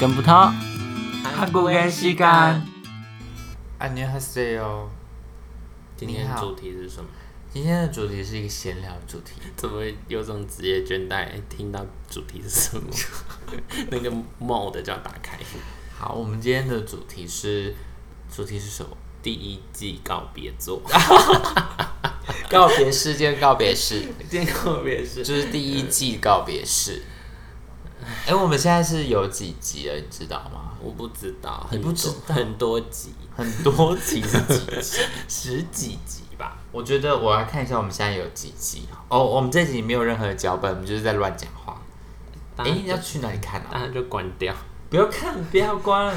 跟不透。韩国跟西干。 안녕하세요。今天你的好主题是什么？哦今天的主题是一个闲聊主题，怎么会有种职业倦怠？听到主题是什么？ 那个 mode 就要打开。好，我们今天的主题是主题是什么？第一季告别 作，告别式，今天告别 式，今天告别这是是第一季告别式。哎、我们现在是有几集了，你知道吗？我不知道，你很不多知很多集，很多集是几 集？十几集吧。我觉得我来看一下我们现在有几集。哦，我们这集没有任何脚本，我们就是在乱讲话。哎、当然要去哪里看当啊？然就关掉。不要看，不要 关，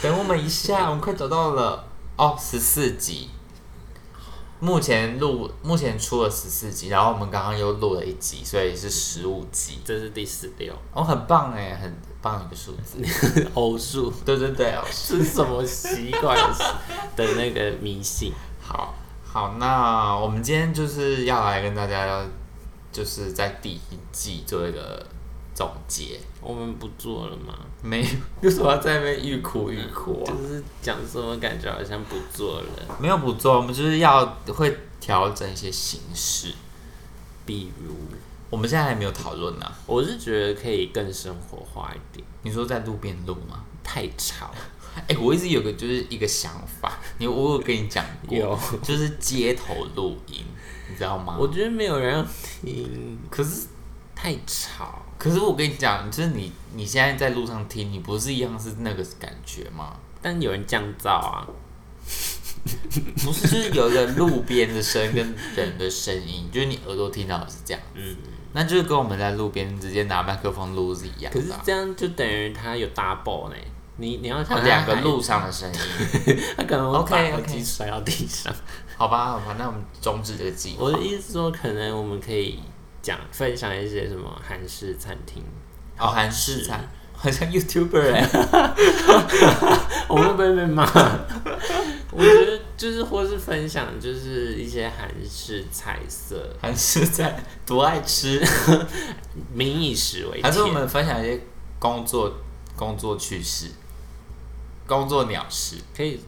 等我们一下，我们快找到了哦，十四集。目前录，目前出了十四集，然后我们刚刚又录了一集，所以是十五集。这是第十六，哦，很棒哎，很棒一个数 字。偶数对对对哦，是什么奇怪的事的那个迷信？好好，那我们今天就是要来跟大家，就是在第一季做一个总结。我们不做了吗？没，为什么要在那边欲哭欲哭啊？就是讲什么感觉好像不做了，没有不做，我们就是要会调整一些形式。比如我们现在还没有讨论呢。我是觉得可以更生活化一点，你说在路边录吗？太吵。哎、我一直有个就是一个想法，你我有跟你讲过，有就是街头录音，你知道吗？我觉得没有人要听，可是太吵。可是我跟你讲，就是你你现在在路上听，你不是一样是那个感觉吗？但有人降噪啊，不是，就是有一个路边的声跟人的声音，就是你耳朵听到的是这样，嗯，那就是跟我们在路边直接拿麦克风录是一样可是的啊。这样就等于他有 double 呢。你你要它想两个，路上的声音，他可能会把 OK，OK 耳机摔到地上。好吧，好吧，那我们终止这个计划。我的意思说，可能我们可以讲分享一些什么韩式餐厅，哦，韩式餐，好像 YouTuber 哎、我们会不会被骂？我觉得就是或是分享就是一些韩式菜色，韩式餐多爱吃。民以食为还天。是我们分享一些工作工作趣事、工作鸟事，可以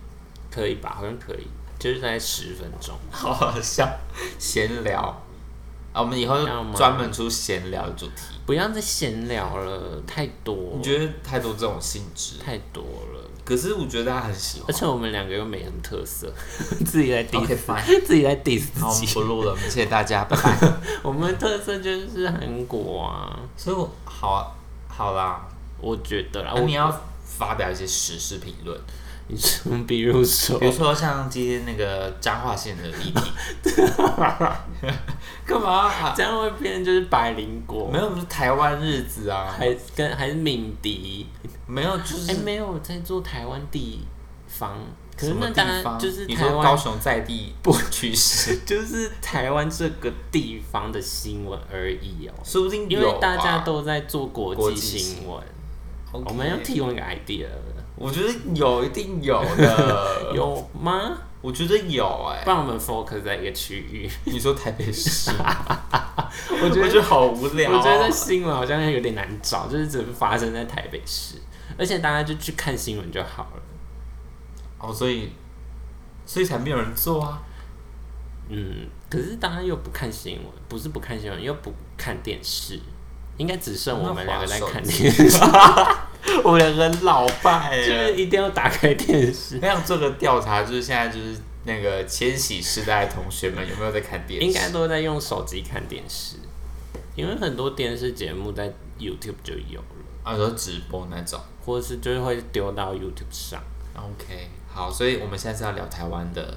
可以吧？好像可以，就是大概十分钟。好好笑，闲聊啊！我们以后就要吗专门出闲聊主题。不要再闲聊了，太多你，觉哦得太多这种性质，太多了。可是我觉得大家很喜欢而。且我们两个又没什么特色， 自己在 diss，、 OK fine， 自己在 diss 好，我自们己。不录了，我们谢谢大 家，拜拜。我们的特色就是韩国啊，所以我好啊，好啦，我觉得啦。那啊我你要发表一些时事评论，你说，比如说比，如说像今天那个彰化县的 议题，干嘛啊？这样会变就是百灵果没，有，我们是台湾日子啊，还跟还是敏迪。没有，就是哎、没有在做台湾地方，可什是么那地当然方就是你台说湾高雄在地不去 世，就是台湾这个地方的新闻而已哦，说不定因有啊吧为大家都在做国国际际新新闻， OK 我们要提供一个 idea 了我觉得有，一定有的， 有吗？我觉得有哎、不然我们 focus 在一个区域，你说台北市， 我觉得得好无聊哦、我觉得新闻好像有点难找，就是只能发生在台北市，而且大家就去看新闻就好了。哦，所以所以才没有人做啊。嗯，可是大家又不看新闻，不是不看新闻，又不看电视，应该只剩我们两个在看电视，我们两个人老败 就了是。一定要打开电视我。想做个调查，就是现在就是那个千禧世代的同学们有没有在看电视？应该都在用手机看电视，因为很多电视节目在 YouTube 就有了，啊，说直播那种。或者是就是会丢到 YouTube 上。 OK，好，所以我们现在是要聊台湾的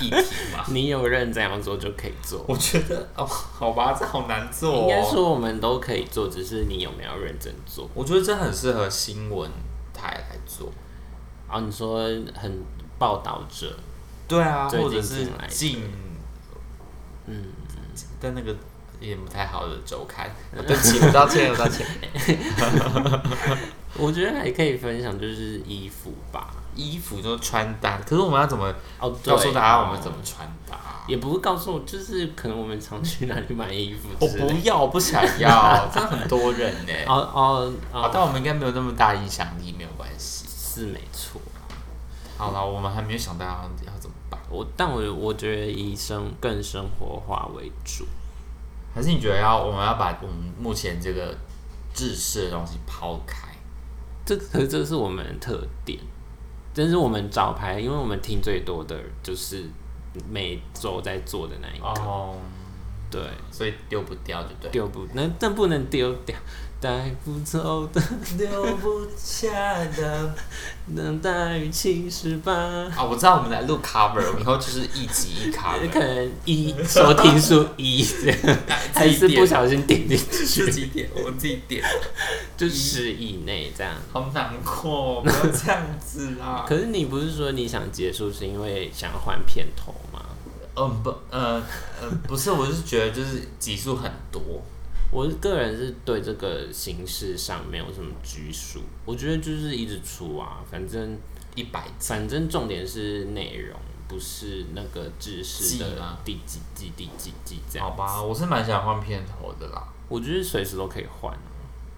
议题嘛？你有认真要做就可以做， 我觉得哦，好吧，这好难做、哦。应该，说我们都可以做，只是你有没有认真做。我觉得这很适合新闻台来做。然哦后你说很报道者，对啊，最近或者是进来的嗯近，嗯，但那个一点不太好的周 刊。啊对不起，我道歉，我道歉。我觉得还可以分享就是衣服吧。 衣服就穿搭，可是我们要怎么哦，告诉大家我们么？怎么穿搭？也不是告诉，就是可能我们常去哪里买衣服我之类不的。要，我不想 要，真的很多人呢、 哦哦好，哦，但我们应该没有那么大影响力，没有关系。是没错。好了，我们还没有想到要要怎么办，我但我我觉得以生更生活化为主。还是你觉得要我们要把我们目前这个制式的东西抛开？这可是这是我们的特点，这是我们招牌，因为我们听最多的就是每周在做的那一个，哦，对，所以丢不掉，就对。丢不那但不能丢掉，带不走的，丢不下的等待于七十八。啊！ 我知道我们来录 cover，我们以后就是一集一 cover， 可能一收听数一 这样，还是不小心点进自去，己点，我自己点，就十以内这样。好难过，不要这样子 啦。可是你不是说你想结束是因为想要换片头吗？嗯不，呃呃，不是，我是觉得就是集数很多，我个人是对这个形式上没有什么拘束，我觉得就是一直出啊，反正一百反正重点是内容，不是那个知识记的吗第几季第几季这好样。吧，我是蛮想换片头的啦。我觉得随时都可以换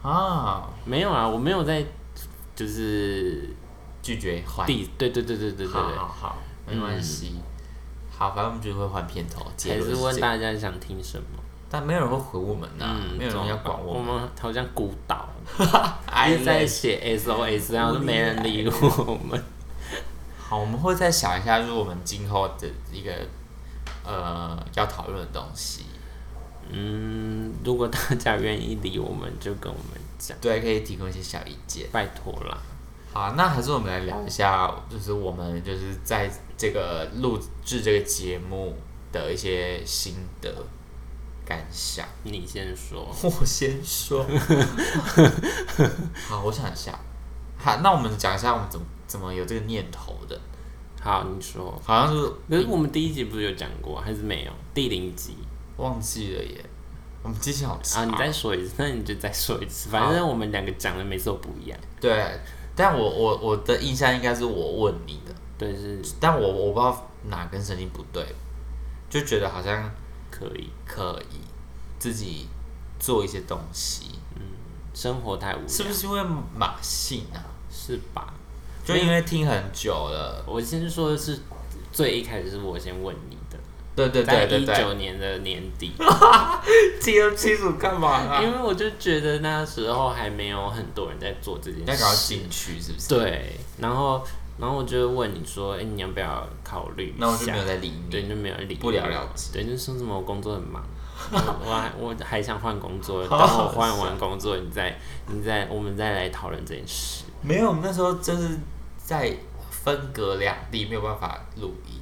啊、啊，没有啊，我没有在就是拒绝换，第对对对对对对好对，嗯好好，没关系。好，反正我们就会换片头，结还论是是问这样。大家想听什么。但没有人会回我们呐、嗯，没有人要管我，我们。们好像孤岛，哎一直在写 SOS，然后都没人理我们。好，我们会再想一下，就是我们今后的一个呃要讨论的东西。嗯，如果大家愿意理我们，就跟我们讲，对，可以提供一些小意见。拜托啦。好，那还是我们来聊一下，就是我们就是在这个录制这个节目的一些心得感想。你先说，我先 说。好，我想一下。好，那我们讲一下我们怎么怎么有这个念头的，好，你说。好像是可是我们第一集不是有讲过，还是没有？第零集忘记了耶。我们记性好差。啊，你再说一次，那你就再说一次。反正我们两个讲的每次都不一样。对，但我我我的印象应该是我问你的，对，是但我我不知道哪根神经不对，就觉得好像可以。可以自己做一些东西，生活太无是聊，不是因为马性啊？是吧？就因为听很久了，我先说的是最一开始是我先问你的，对对在对对一对，九年的年底，记得清楚干嘛啦因为我就觉得那时候还没有很多人在做这件你要事，赶快进去是不是？对，然后然后我就问你说，哎、你要不要考虑一那我就下没？有再理你。对，你就没有理我，不了了之对，就说什么我工作很 忙，我我还我还想换工作， 等我换完工作，你再你再我们再来讨论这件事。没有，我们那时候就是在分隔两地，没有办法录音，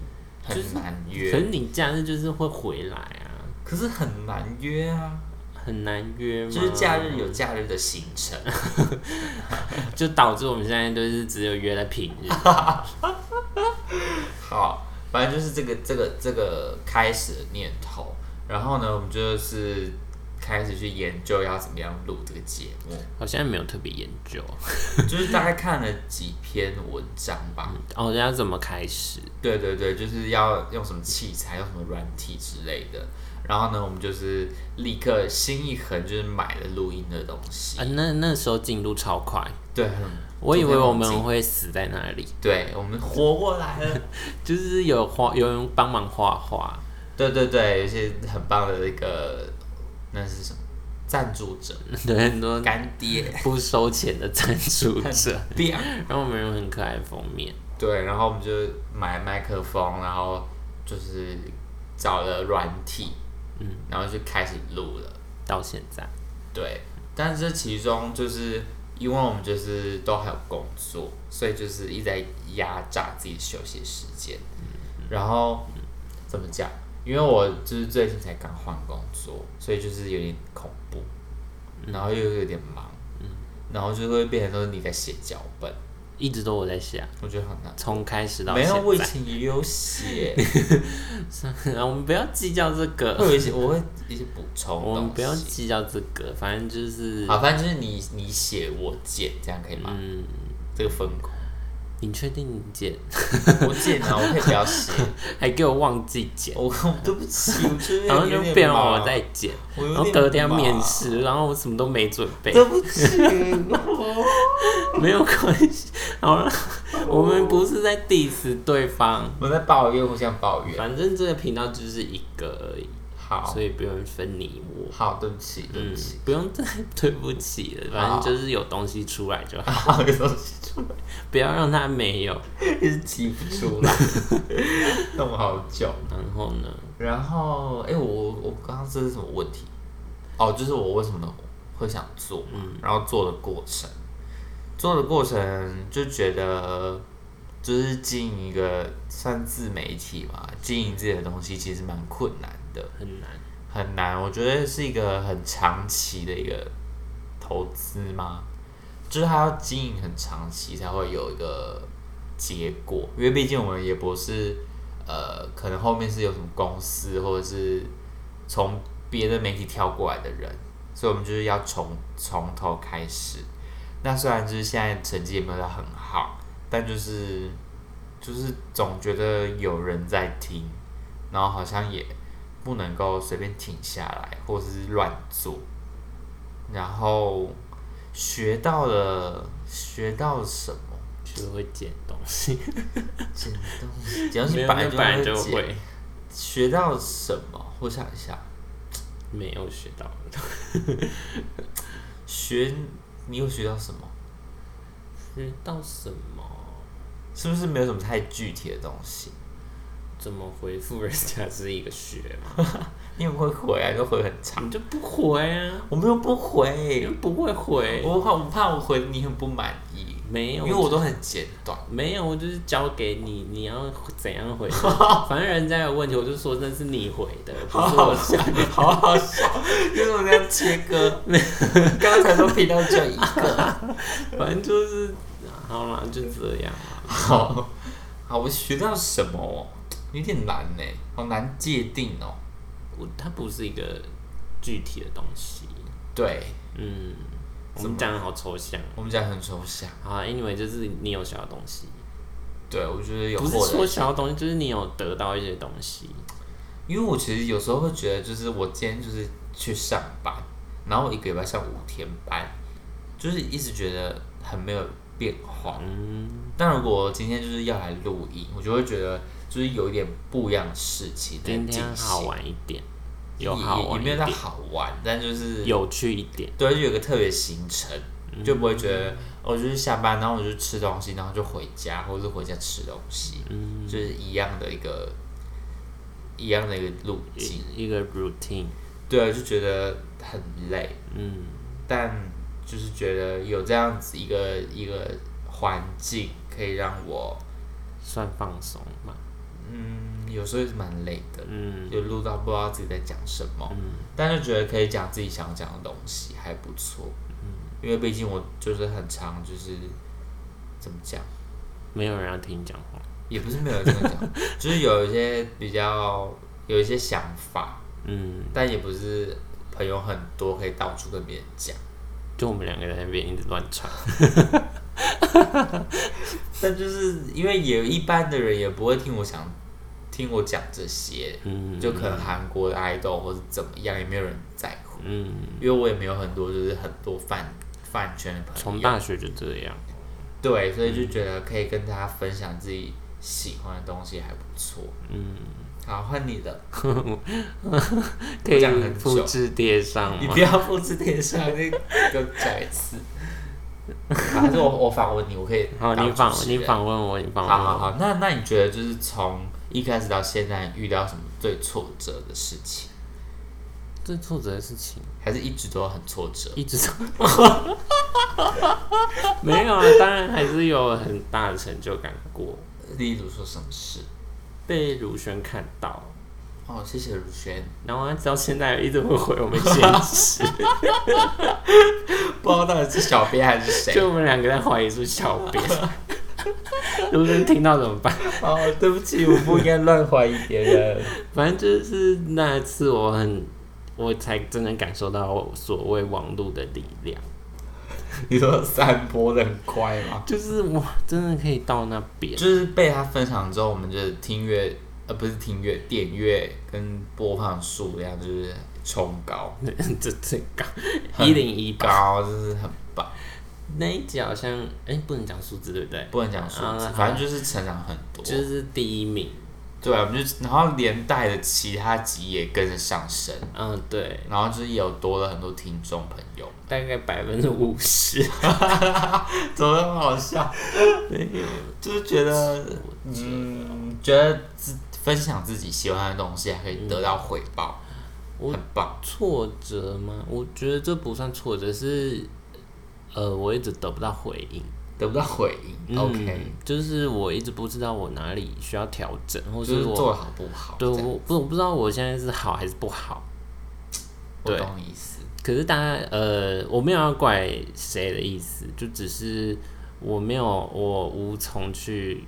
很难约。可是你假日就是会回来啊，可是很难约啊，很难约吗？就是假日有假日的行程。就导致我们现在都是只有约在平日。好，反正就是这个这个这个开始的念头。然后呢，我们就是开始去研究要怎么样录这个节目，好像没有特别研究就是大概看了几篇文章吧。哦，要怎么开始？对对对，就是要用什么器材，用什么软体之类的。然后呢，我们就是立刻心一横，就是买了录音的东西。啊，那那时候进度超快，对，很我以为突我飞们猛进会死在那里，对我们活过来了。就是有画有人帮忙画画，对对对，有一些很棒的那个那是什么赞助者，对，很多干爹，不收钱的赞助 者，变然后我们有很可爱的封面，对，然后我们就买麦克风，然后就是找了软体，嗯，然后就开始录了。到现在对，但是其中就是因为我们就是都还有工作，所以就是一直在压榨自己的休息时间。嗯然后怎么讲？因为我就是最近才刚换工作，所以就是有点恐怖，嗯然后又有点忙，然后就会变成都是你在写脚本，一直都我在写啊，我觉得很难。从开始到没现有，我以 在。前也有 写，我们不要计较这会个，有一些我会一些补充我们不要东西计较这个，反正就是，好，反正就是你你写我剪，这样可以吗？嗯，这个分工，你确定你剪， 我剪 啊，我可以不要写，还给我忘记剪，我我对不起，我真的然后就有点变了忙我在，剪，我有然后点隔天要忙面，试，然后我什么都没准备，对不起，我 没有关系，好了，我们不是在 diss 对方，我在抱怨，互相抱怨。反正这个频道就是一个而已，好所，以不用分你我。好，对不起，对嗯不起，，不用再对不起了，反正就是有东西出来就好，好，有东西出来，不要让它没有。一直提不出 来，弄好久。然后呢，然后，哎、我我刚刚这是什么问题？哦，就是我为什么会想做嘛，然后做的过程，做的过程就觉得，就是经营一个算自媒体嘛，经营自己的东西其实蛮困难的，很难，很难，我觉得是一个很长期的一个投资嘛，就是它要经营很长期才会有一个结果，因为毕竟我们也不是呃，可能后面是有什么公司或者是从别的媒体跳过来的人，所以我们就是要从从头开始。那虽然就是现在成绩也没有到很好，但就是就是总觉得有人在听，然后好像也不能够随便停下来或是乱做，然后学到了学到了什么？就是会捡东西，剪东西， 只要没是有本来那就本来就会剪。会，学到什么？我想一下，没有学到。学你有学到什么？学嗯到什么？是不是没有什么太具体的东西？怎么回复人家是一个学嘛？你很会回啊，你都回很长。你就不回啊？我没有不你回就，不会回？我怕我怕我回你很不满意，没有，因为我都很简短。没有，我就是交给 你，你要怎样回？反正人家有问题，我就说那是你回 的，不是我想。好好笑，你怎么这样切 割？刚才都频道只有一个。反正就是，好啦，就这样啦。好，好，我学到什么哦？有点难呢，好难界定哦。我它不是一个具体的东西。对嗯，我们讲的好抽象。我们讲很抽象，好啦，anyway，就是你有学到东西，对我觉得有不是获得说学到东西，就是你有得到一些东西。因为我其实有时候会觉得，就是我今天就是去上班，然后我一个礼拜上五天班，就是一直觉得很没有变化。嗯，但如果今天就是要来录音，我就会觉得就是有一点不一样的事情在今进天行，好玩一点，也有好玩嗯也一没有点到，好玩，但就是有趣一点。对，就有个特别行程，嗯就不会觉得我、哦、就是下班，然后我就吃东西，然后就回家，或者是回家吃东西，嗯，就是一样的一个一样的一个路径。一个 routine。对，啊就觉得很累，嗯。但就是觉得有这样子一个一个环境，可以让我算放松嘛。嗯，有时候也是蛮累的，嗯就录到不知道自己在讲什么，嗯，但就觉得可以讲自己想讲的东西，还不错。嗯因为毕竟我就是很常就是怎么讲，没有人要听你讲话。也不是没有人这么讲，就是有一些比较有一些想法，嗯，但也不是朋友很多可以到处跟别人讲。就我们两个人在那边一直乱传。但就是因为也一般的人也不会听我想听我讲这些，嗯，就可能韩国的爱豆或者怎么样，也没有人在乎，嗯，因为我也没有很多就是很多饭饭圈的朋从友，大学就这样。对，所以就觉得可以跟大家分享自己喜欢的东西还不错。嗯，好，换你了，可讲很久以复制贴上你吗不？要复制贴上，那 个讲一次。啊还是我我访问你，我可以好，当你访主持你人访问嗯我，你访好好问我。好，那那你觉得就是从一开始到现在，遇到什么最挫折的事情，最挫折的事情还是一直都很挫折？一直都 没有啊，当然还是有很大的成就感过，例如说什么事？被如轩看到，哦，谢谢如轩，然后他到现在一直会回我们信息，不知道到底是小编还是谁，就我们两个在怀疑是小编， 有人听到怎么办？哦，对不起，我不应该乱怀疑别人。反正就是那次，我很，我才真的感受到我所谓网络的力量， 你说散播的很快吗？就是我真的可以到那边。 就是被他分享之后，我们就是听乐，呃，不是听乐，点阅跟播放数量就是冲高，这最高很一零一八高就是很棒。那一集好像，哎、不能讲数字对不对？不能讲数字啊，反正就是成长很多。就是第一名，对啊，我们就然后连带的其他集也跟着上升，嗯，对，然后就是也有多了很多听众朋友， 大概百分之五十。怎么那么好笑？没有就是觉得，嗯，觉得自分享自己喜欢的东西，还可以得到回报，我很棒。挫折吗？我觉得这不算挫折，是呃，我一直得不到回应。得不到回应、嗯 o k 就是我一直不知道我哪里需要调整，或就是是我做的好不好？对，这样我不我不知道我现在是好还是不好。我对懂你意思。可是大家呃，我没有要怪谁的意思，就只是我没有我无从去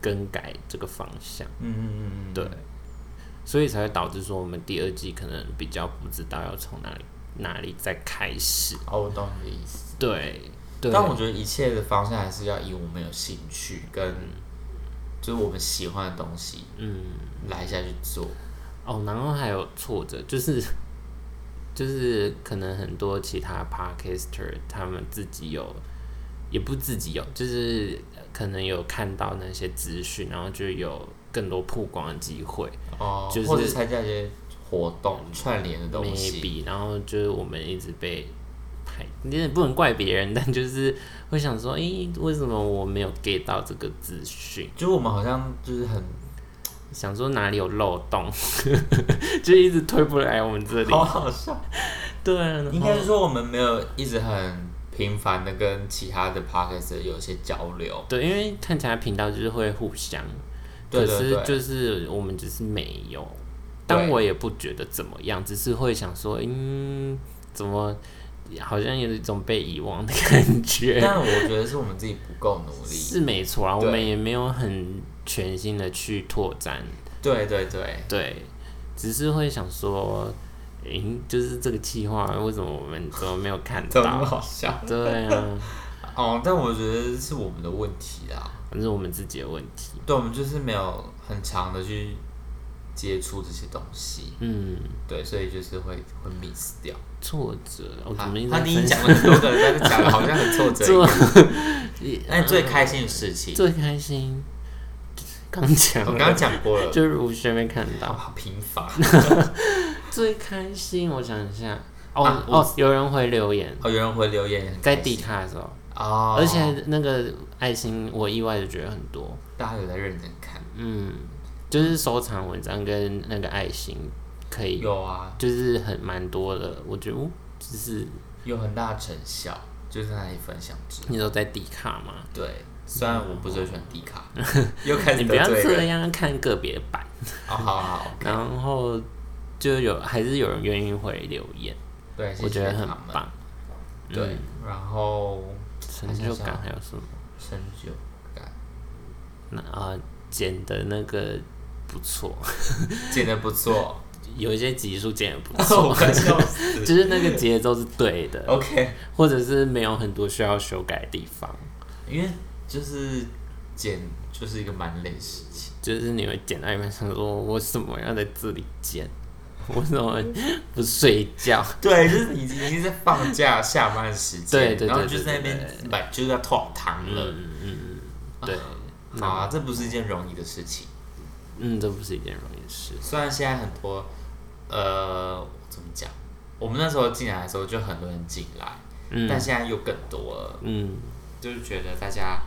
更改这个方向，嗯嗯嗯嗯，对，所以才会导致说我们第二季可能比较不知道要从哪里哪里再开始。哦，我懂你的意思。对，对，但我觉得一切的方向还是要以我们有兴趣跟就是我们喜欢的东西嗯。来下去做。哦，然后还有挫折，就是就是可能很多其他 podcaster 他们自己有，也不自己有，就是可能有看到那些资讯，然后就有更多曝光的机会哦，就是或者参加一些活动串联的东西， ，maybe，然后就是我们一直被排，你也不能怪别人， 但就是会想说，诶、为什么我没有 get 到这个资讯？就是我们好像就是很想说哪里有漏洞， 就一直推不来我们这里。好好笑。对啊，哦应然该后是说我们没有一直很频繁的跟其他的 p o d c a s t 有一些交流。对，因为看其他频道就是会互相，对对对可是就是我们只是没有，但对我也不觉得怎么样，只是会想说，嗯，怎么好像有一种被遗忘的感觉，但我觉得是我们自己不够努力。 是没错啊，我对们也没有很全心的去拓展，对对对，对，只是会想说，嗯，就是这个计划为什么我们怎么没有 看怎么那么到？好笑？对啊，哦，但我觉得是我们的问题啦。反正我们自己的问题，对，我们就是没有很长的去接触这些东西，嗯，对，所以就是会会 miss 掉。挫折，我、怎他么一直他在你已分经享讲了很多个人，但是讲的好像很挫折一样。做那你最开心的事情，最开心， 刚讲我了，刚刚讲过了，就是无轩没看到。好贫乏。 最开心，我想一下，哦、啊我哦，有人回留言，哦，有人回留言，很在开迪心卡的时候，哦，而且那个爱心，我意外的觉得很多，大家有在认真看，嗯，就是收藏文章跟那个爱心可以，有啊，就是很蛮多的，我觉得，哦、就是有很大的成效，就是在那里分享之后。你都在迪卡嘛，对，虽然我不是很喜欢迪 卡，又开你始不得要罪这人。样看个别版，哦，好好，好然后就有还是有人愿意回留言，对，我觉得很谢谢他们。棒，对，然后成就感还有什么？深究感那啊、剪的那个不错， 剪的不 错，有一些集数剪的不我错，快 笑死。就是那个节奏是对的， OK，或者是没有很多需要修改的地方，因为就是剪就是一个蛮累的事情，就是你会剪到一半想说，我为什么要在这里剪？我怎么不睡觉？ 对，就是你已经在放假下班时间，对对对然后就是在对那对边买就是要泡汤了，嗯嗯嗯，对，好啊，这不是一件容易的事情。嗯，这不是一件容易的事，虽然现在很多，呃，怎么讲？我们那时候进来的时候就很多人进来，但嗯现在又更多了，嗯，就是觉得大家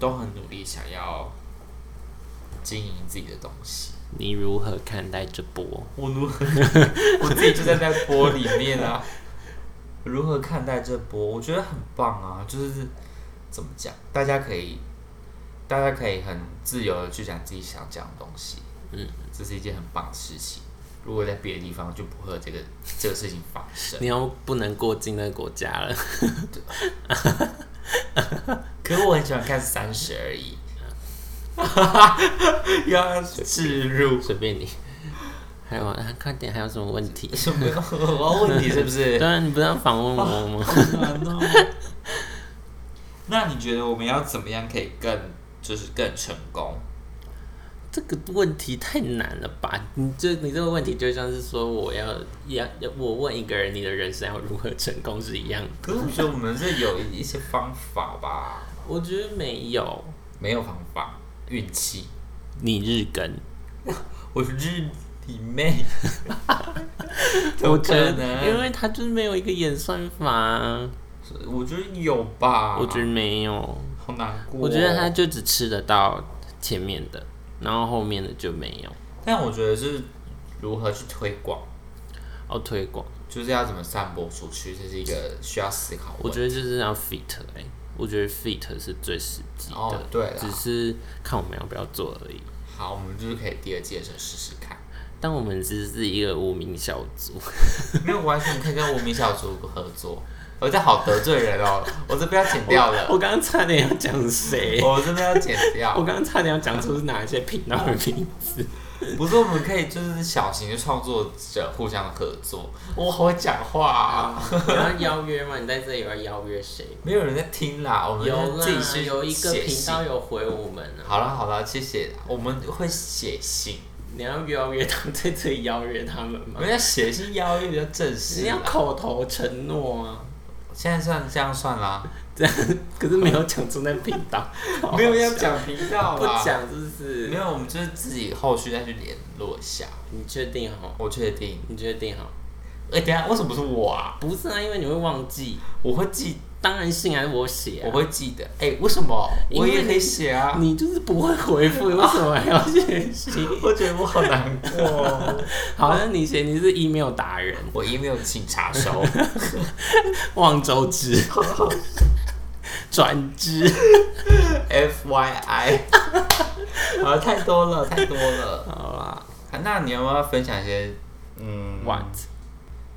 都很努力，想要经营自己的东西。你如何看待这波？我如何？ 我自己就在那波里面啊。如何看待这波？我觉得很棒啊，就是怎么讲，大家可以，大家可以很自由的去讲自己想讲的东西。嗯，这是一件很棒的事情。如果在别的地方，就不会有这个这个事情发生。你又不能过境那个国家了，可是我很喜欢看三十而已。 又要置入， 随便你。还有啊，快点，还有什么问 题？什么？我要问你是不是对？啊，你不是要访问我吗？好难哦 那你觉得我们要怎么样可以更就是更成功？这个问题太难了吧？你这你这个问题就像是说我要要要我问一个人你的人生要如何成功是一样的。可是我觉得我们是有一些方法吧，我觉得没有，没有方法，运气。你日更，我日你妹！ 怎我么觉可得，因能？为他就是没有一个演算法啊、我觉得有吧，我觉得没有。好难过。哦我觉得他，就只吃得到前面的，然后后面的就没有。但我觉得是如何去推广，哦，推广，就是要怎么散播出去，这是一个需要思考的我问题。觉得就是要 fit 哎、我觉得 fit 是最实际的，哦对啦只是看我们要不要做而已。好，我们就是可以第二季的时候试试看。但我们只是一个无名小卒， 没有关系，你可以跟无名小卒合作。我这好得罪人 哦，我这边要剪掉了，我刚刚差点要讲谁，我这边要剪我掉。刚刚差点要讲出是哪一些频道的名字。不是，我们可以就是小型的创作者互相合作。我好会讲话、啊，你要邀约吗？你在这里要邀约谁？没有人在听啦，我们自己啦，去有一个写频信道。有回我们啊。好了好了，谢谢啦。我们会写信，你要邀约他们在这里邀约他们我吗？们要写信邀约比较正式你要啦。口头承诺啊，现在算这样算啦，这样可是没有讲出那频道，没有要讲频道不啦，讲是不是没？有，我们就是自己后续再去联络一下。你确定好？我确定。你确定好？哎、等一下为什么是我啊？不是啊，因为你会忘记。我会记，当然信还是我写、啊，我会记得。哎、为什么？因我为你也可以写啊。你就是不会回复，为什么还要写信？我觉得我好难过。好像你写你是 email 达人， 我 email 请查收。望周知，转知。 F Y I。好，太多了，太多了。好啦啊那你要不要分享一些？嗯，what？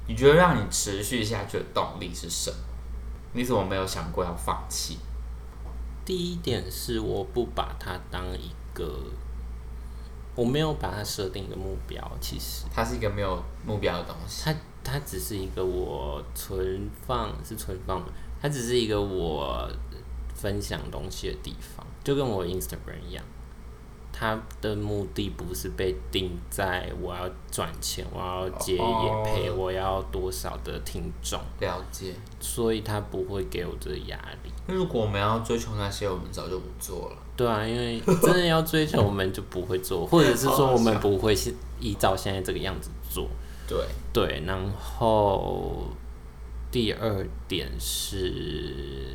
你觉得让你持续下去的动力是什么？你怎么没有想过要放弃？第一点是我不把它当一个，我没有把它设定的目标，其实它是一个没有目标的东西。它它只是一个我存放是存放吗，它只是一个我分享东西的地方，就跟我 Instagram 一样。它的目的不是被定在我要赚钱，我要接哦业配，我要多少的听众，了解。所以它不会给我这个压力。那如果我们要追求那些，我们早就不做了。对啊，因为真的要追求，我们就不会做，或者是说我们不会是依照现在这个样子做。对，对，然后第二点是，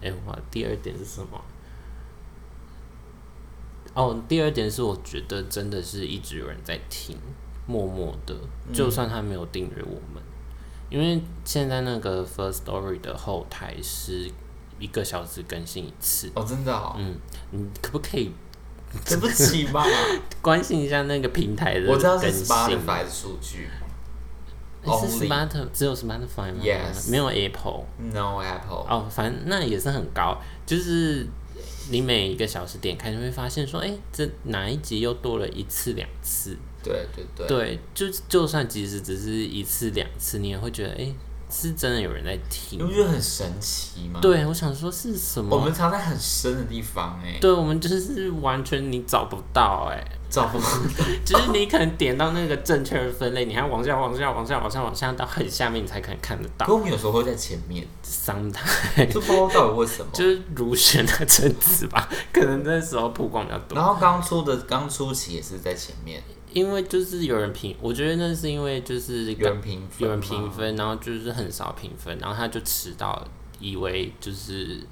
哎、我第二点是什么？哦，第二点是我觉得真的是一直有人在听，默默的，嗯就算他没有订阅我们，因为现在那个 First Story 的后台是一个小时更新一次。哦，真的哦，嗯，你可不可以 对不起 吧。关心一下那个平台的我更知道新？是 Spotify 的数据诶是 only Smart，只有 Spotify 吗 Yes 没有 Apple。 ，No Apple。哦，反正那也是很高，就是你每一个小时点开，你会发现说，哎、这哪一集又多了一次两次？对对对，对，就就算即使只是一次两次，你也会觉得，哎、是真的有人在你不听。觉得很神奇吗？，对，我想说是什么？我们藏在很深的地方哎、对，我们就是完全你找不到、哎。 找不就是你可能点到那个正确的分类，你还往下、往下、往下、往下、往下到很下面，你才可能看得可到。我们有时候会在前面， Sometime 就不知道到底为什么。 就是如选的层次吧，可能那时候曝光比较多，然后刚出的刚出期也是在前面，因为就是有人评，我觉得那是因为就是有人评分，有人评，分，然后就是很少评分，然后他就迟到，以为就是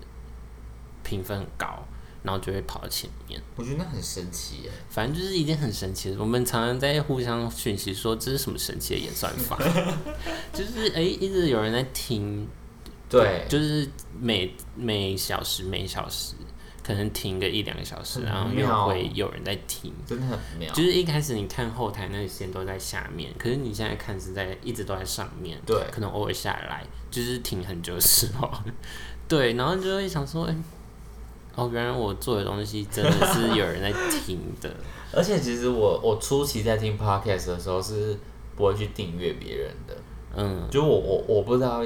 评分很高，然后就会跑到前面。我觉得那很神奇哎、反正就是一件很神奇的，我们常常在互相讯息说这是什么神奇的演算 法，就是哎、诶一直有人在听，对，就是每每小时每小时可能停个一两个小时，很然后又妙会有人在听。真的很妙。就是一开始你看后台那些都在下面，可是你现在看是在一直都在上面，对可 能偶尔下来，就是停很久的时候，对，然后就会想说，哎、哦，原来我做的东西真的是有人在听的。而且其实我我初期在听 podcast 的时候是不会去订阅别人的，嗯就我我我不知道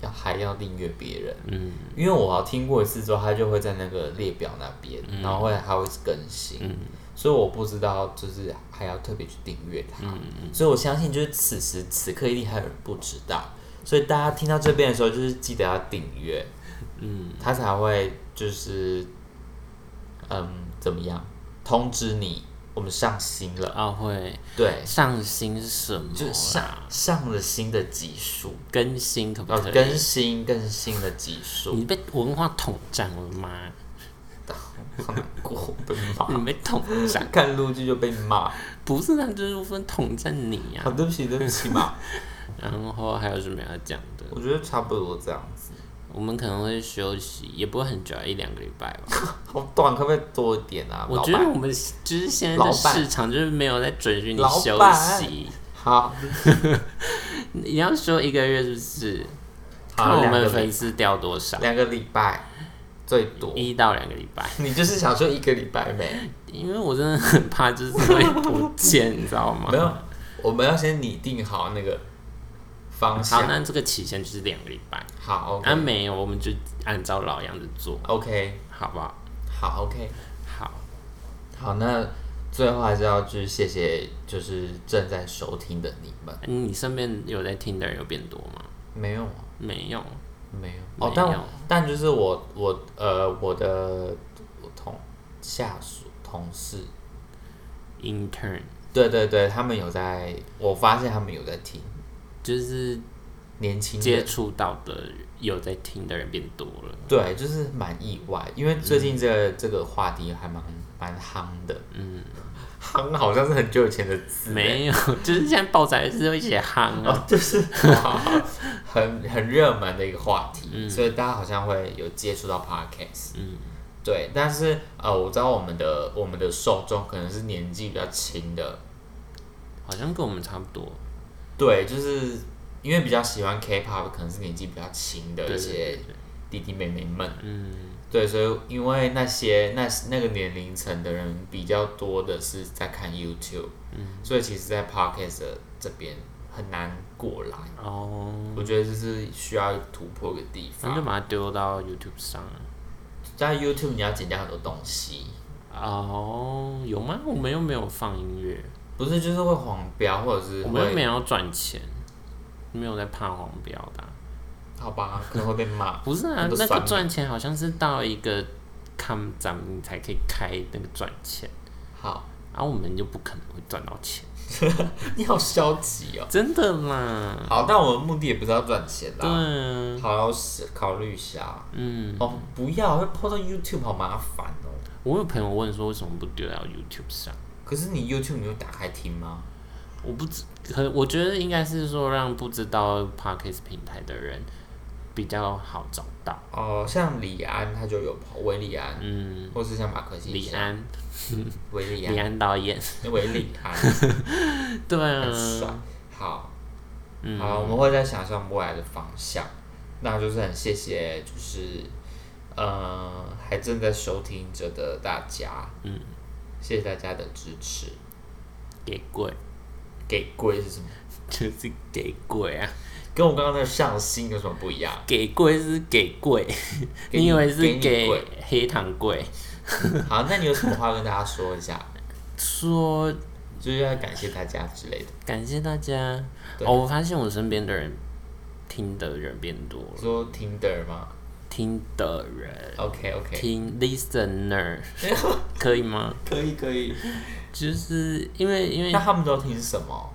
要还要订阅别人，嗯因为我好像听过一次之后，它就会在那个列表那边，然后会还会更新，嗯所以我不知道就是还要特别去订阅它，嗯所以我相信就是此时此刻一定还有人不知道，所以大家听到这边的时候就是记得要订阅，嗯，它才会就是嗯怎么样通知你我们上新了，啊会对。上新是什么啦？就上上了新的集数，更新可不要可以？哦更新更新的集 数，你被文化统战了吗？好难过，被骂。你被统战？看陆剧就被骂，不是啊，就是我分统战你呀、好对不起对不起 嘛。然后还有什么要讲的？我觉得差不多这样子，我们可能会休息，也不会很久啊，一两个礼拜吧。好短，可不可以多一点啊？我老觉得板我们就是现在老的板市场就是没有在准许你老休板息。好，你要说一个月是不是？好看我两个们礼粉丝掉多少，两个礼拜最多。一到两个礼拜。你就是想说一个礼拜没？因为我真的很怕就是会不见，你知道吗？没有，我们要先拟定好那个方好，向。那这个期限就是两个礼拜。好啊，没有，我们就按照老样子做， ，OK，OK，好不好？好，OK。好，好，那最后还是要去谢谢，就是正在收听的你们。你身边有在听的人有变多吗？没有啊，没有，没有。没哦有，但但就是我我呃我的我同下属同事， intern 对对对，他们有在，我发现他们有在听就是年轻接人。触到的有在听的人变多了。对，就是蛮意外，因为最近这个、这个话题还蛮蛮夯的，嗯，夯好像是很久以前的词，没有， 就是现在报纸还是会写夯啊。哦，就是 很很热门的一个话题，所以大家好像会有接触到 podcast。嗯，对，但是呃，我知道我们的我们的受众可能是年纪比较轻的，好像跟我们差不多。对，就是因为比较喜欢 K-pop，可能是年纪比较轻的对一对些对对，弟弟妹妹们。嗯，对，所以因为那些那那个年龄层的人比较多的是在看 YouTube，、所以嗯其实，在 podcast 的这边很难过来。哦，我觉得这是需要突破的地那就方。把它丢到 YouTube 上啊。在 YouTube 你要剪掉很多东西，哦，有吗？我们又没有放音乐，不是就是会黄标，或者是我们又会没有要赚钱，没有在怕黄标的啊、好吧，可能会被骂。不是啊那，个那算个了赚钱好像是到一个看咱们才可以开那个赚钱， 好，而、我们就不可能会赚到钱，你好消极哦。真的啦。好，但我们目的也不是要赚钱对啦。啊，好，要是考虑一下。嗯，哦，不要，会 p 到 YouTube 好麻烦哦。我有朋友问说为什么不丢到 YouTube 上，可是你 YouTube 你有打开听吗？我不知，可我觉得应该是说让不知道 Podcast 平台的人比较好找到，哦、像李安他就有跑韦礼安，嗯，或是像马克西李、安，韦礼李安、安 导演。韦礼安，对啊，很帅。好，嗯好，我们会再想想未来的方向。那就是很谢谢，就是呃，还正在收听着的大家，嗯，谢谢大家的支持。给鬼给贵是什么？就是给鬼啊，跟我刚刚的上心有什么不一样？给鬼是给鬼，给你以为是给给你跪黑糖鬼？ 好，那你有什么话跟大家说一下？ 说就是要感谢大家之类的。感谢大家对哦，我发现我身边的人听的人变多了，说 Tinder 吗听的人？OK OK，听 listener 可以吗？可以可以。就是因为因为那他们都听什么？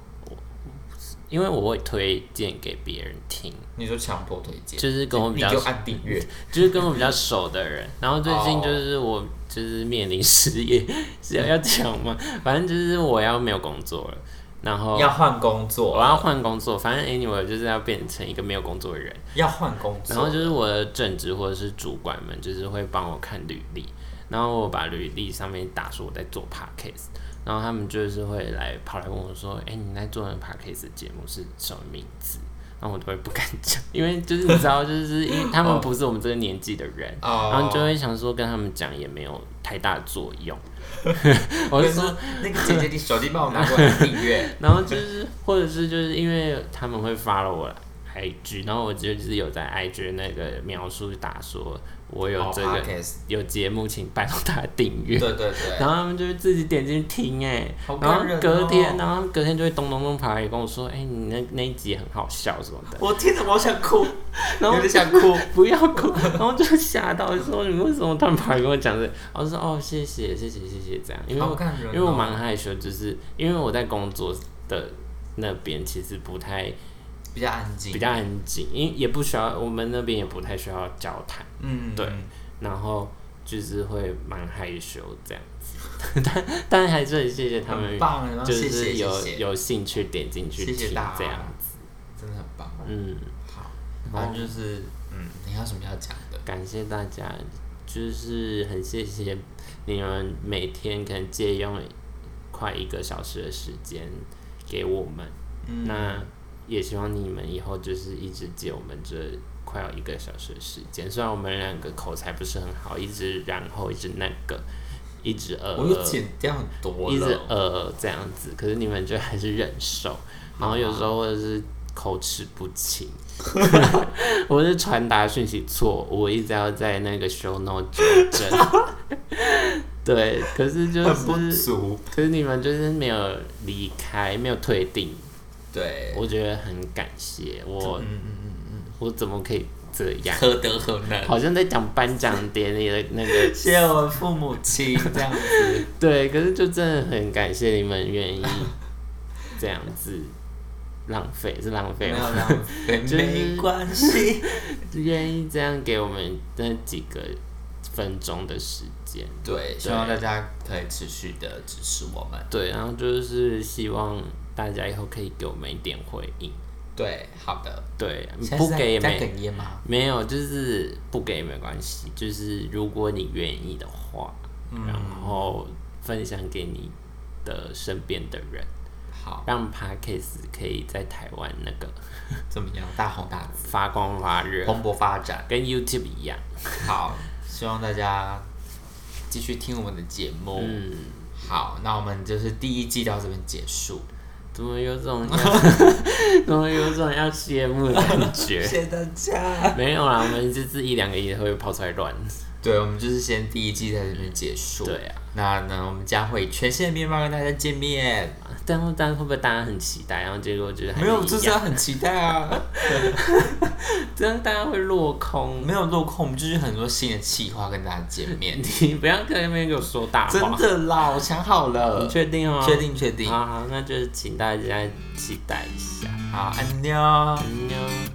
因为我会推荐给别人听，你就强迫推荐，就是跟我比你较就按订 阅。就是跟我比较熟的人，然后最近就是我就是面临失业，是要要讲吗？反正就是我要没有工作了，然后哦要换工我作，要换工作，反正 anyway 就是要变成一个没有工作的人，要换工作。然后就是我的正职或者是主管们就是会帮我看履历，然后我把履历上面打说我在做 podcast，然后他们就是会来跑来问我说，哎、你在做的 podcast 节目是什么名字？然后我都会不敢讲， 因为就是你知道，就是因为他们不是我们这个年纪的人，哦，然后就会想说跟他们讲也没有太大作用。 我我就就说说那个姐姐，你手机帮我拿过来订阅。然后就是，或者是就是因为他们会发了我 IG，然后我就就是有在 IG 那个描述打说，我 有这哦个、 ，podcast 有节目，请拜托大家订阅对。对对，然后他们就会自己点进去听哎、好然感人后哦隔天，然后他们隔天就会咚咚咚跑来跟我说，哎、你那那一集很好笑什么的， 我听着我好想哭，然后有点想哭。不要 哭，然后就吓到说你为什么突然跑来跟我讲这个？然后就说哦谢谢谢谢谢谢这样，因为好我感人哦因为我蛮害羞，就是因为我在工作的那边其实不太比较安静， 比较安静，因也不需要我们那边也不太需要交谈，嗯，对然后就是会蛮害羞这样子， 但但还是很谢谢他很们，棒，然后就谢谢是有谢谢，有兴趣点进去谢听谢这大家样子，真的很棒。嗯，好，然反后正就是嗯，你还有什么要讲的？感谢大家，就是很谢谢你们每天可能借用快一个小时的时间给我们。嗯那也希望你们以后就是一直借我们这快要一个小时的时间。虽然我们两个口才不是很好，一直然后一直那个，一直呃我又剪掉很多一直了，呃这样子，可是你们就还是忍受，然后有时候或者是口齿不清， 我是传达讯息错，我一直要在那个 show note 纠正。 对，可是就很不是，足。可是你们就是没有离开，没有退订，对，我觉得很感谢我，嗯嗯嗯嗯，我怎么可以这样？何德何能？好像在讲颁奖典礼的 那个谢谢我父母亲这样子。对，可是就真的很感谢你们愿意这样子浪费，是浪 没费有吗？浪费，就是没关系。愿意这样给我们那几个分钟的时间。对，希望大家可以持续的支持我们。对，然后就是希望大家以后可以给我们一点回应。对，好的。对，现在不是在给也在没哽咽吗？没有，就是不给也没关系。就是如果你愿意的话，嗯然后分享给你的身边的人， 好，让 Parkes 可以在台湾那个怎么样？大红大紫，发光发热，蓬勃发展。跟 YouTube 一样。好，希望大家继续听我们的节目。嗯，好，那我们就是第一季到这边结束，怎么有种 要怎么有种要谢幕的感 觉？谢谢大家。没有啊啦，我们就是一两个也会跑出来乱。对，我们就是先第一季在这边结束。对啊，那呢，我们将会以全新的面貌跟大家见面。哎但会但会不会大家很期待？然后结果就是还没有，就是一要样，很期待啊。这样大家会落空。 没有落空，我们就是很多新的企划跟大家见面。你不要在那边给我说大真话，的啦，我想好了啊你。确定哦？确。定确定。好好，那就是请大家期待一下。好，安妞。安妞。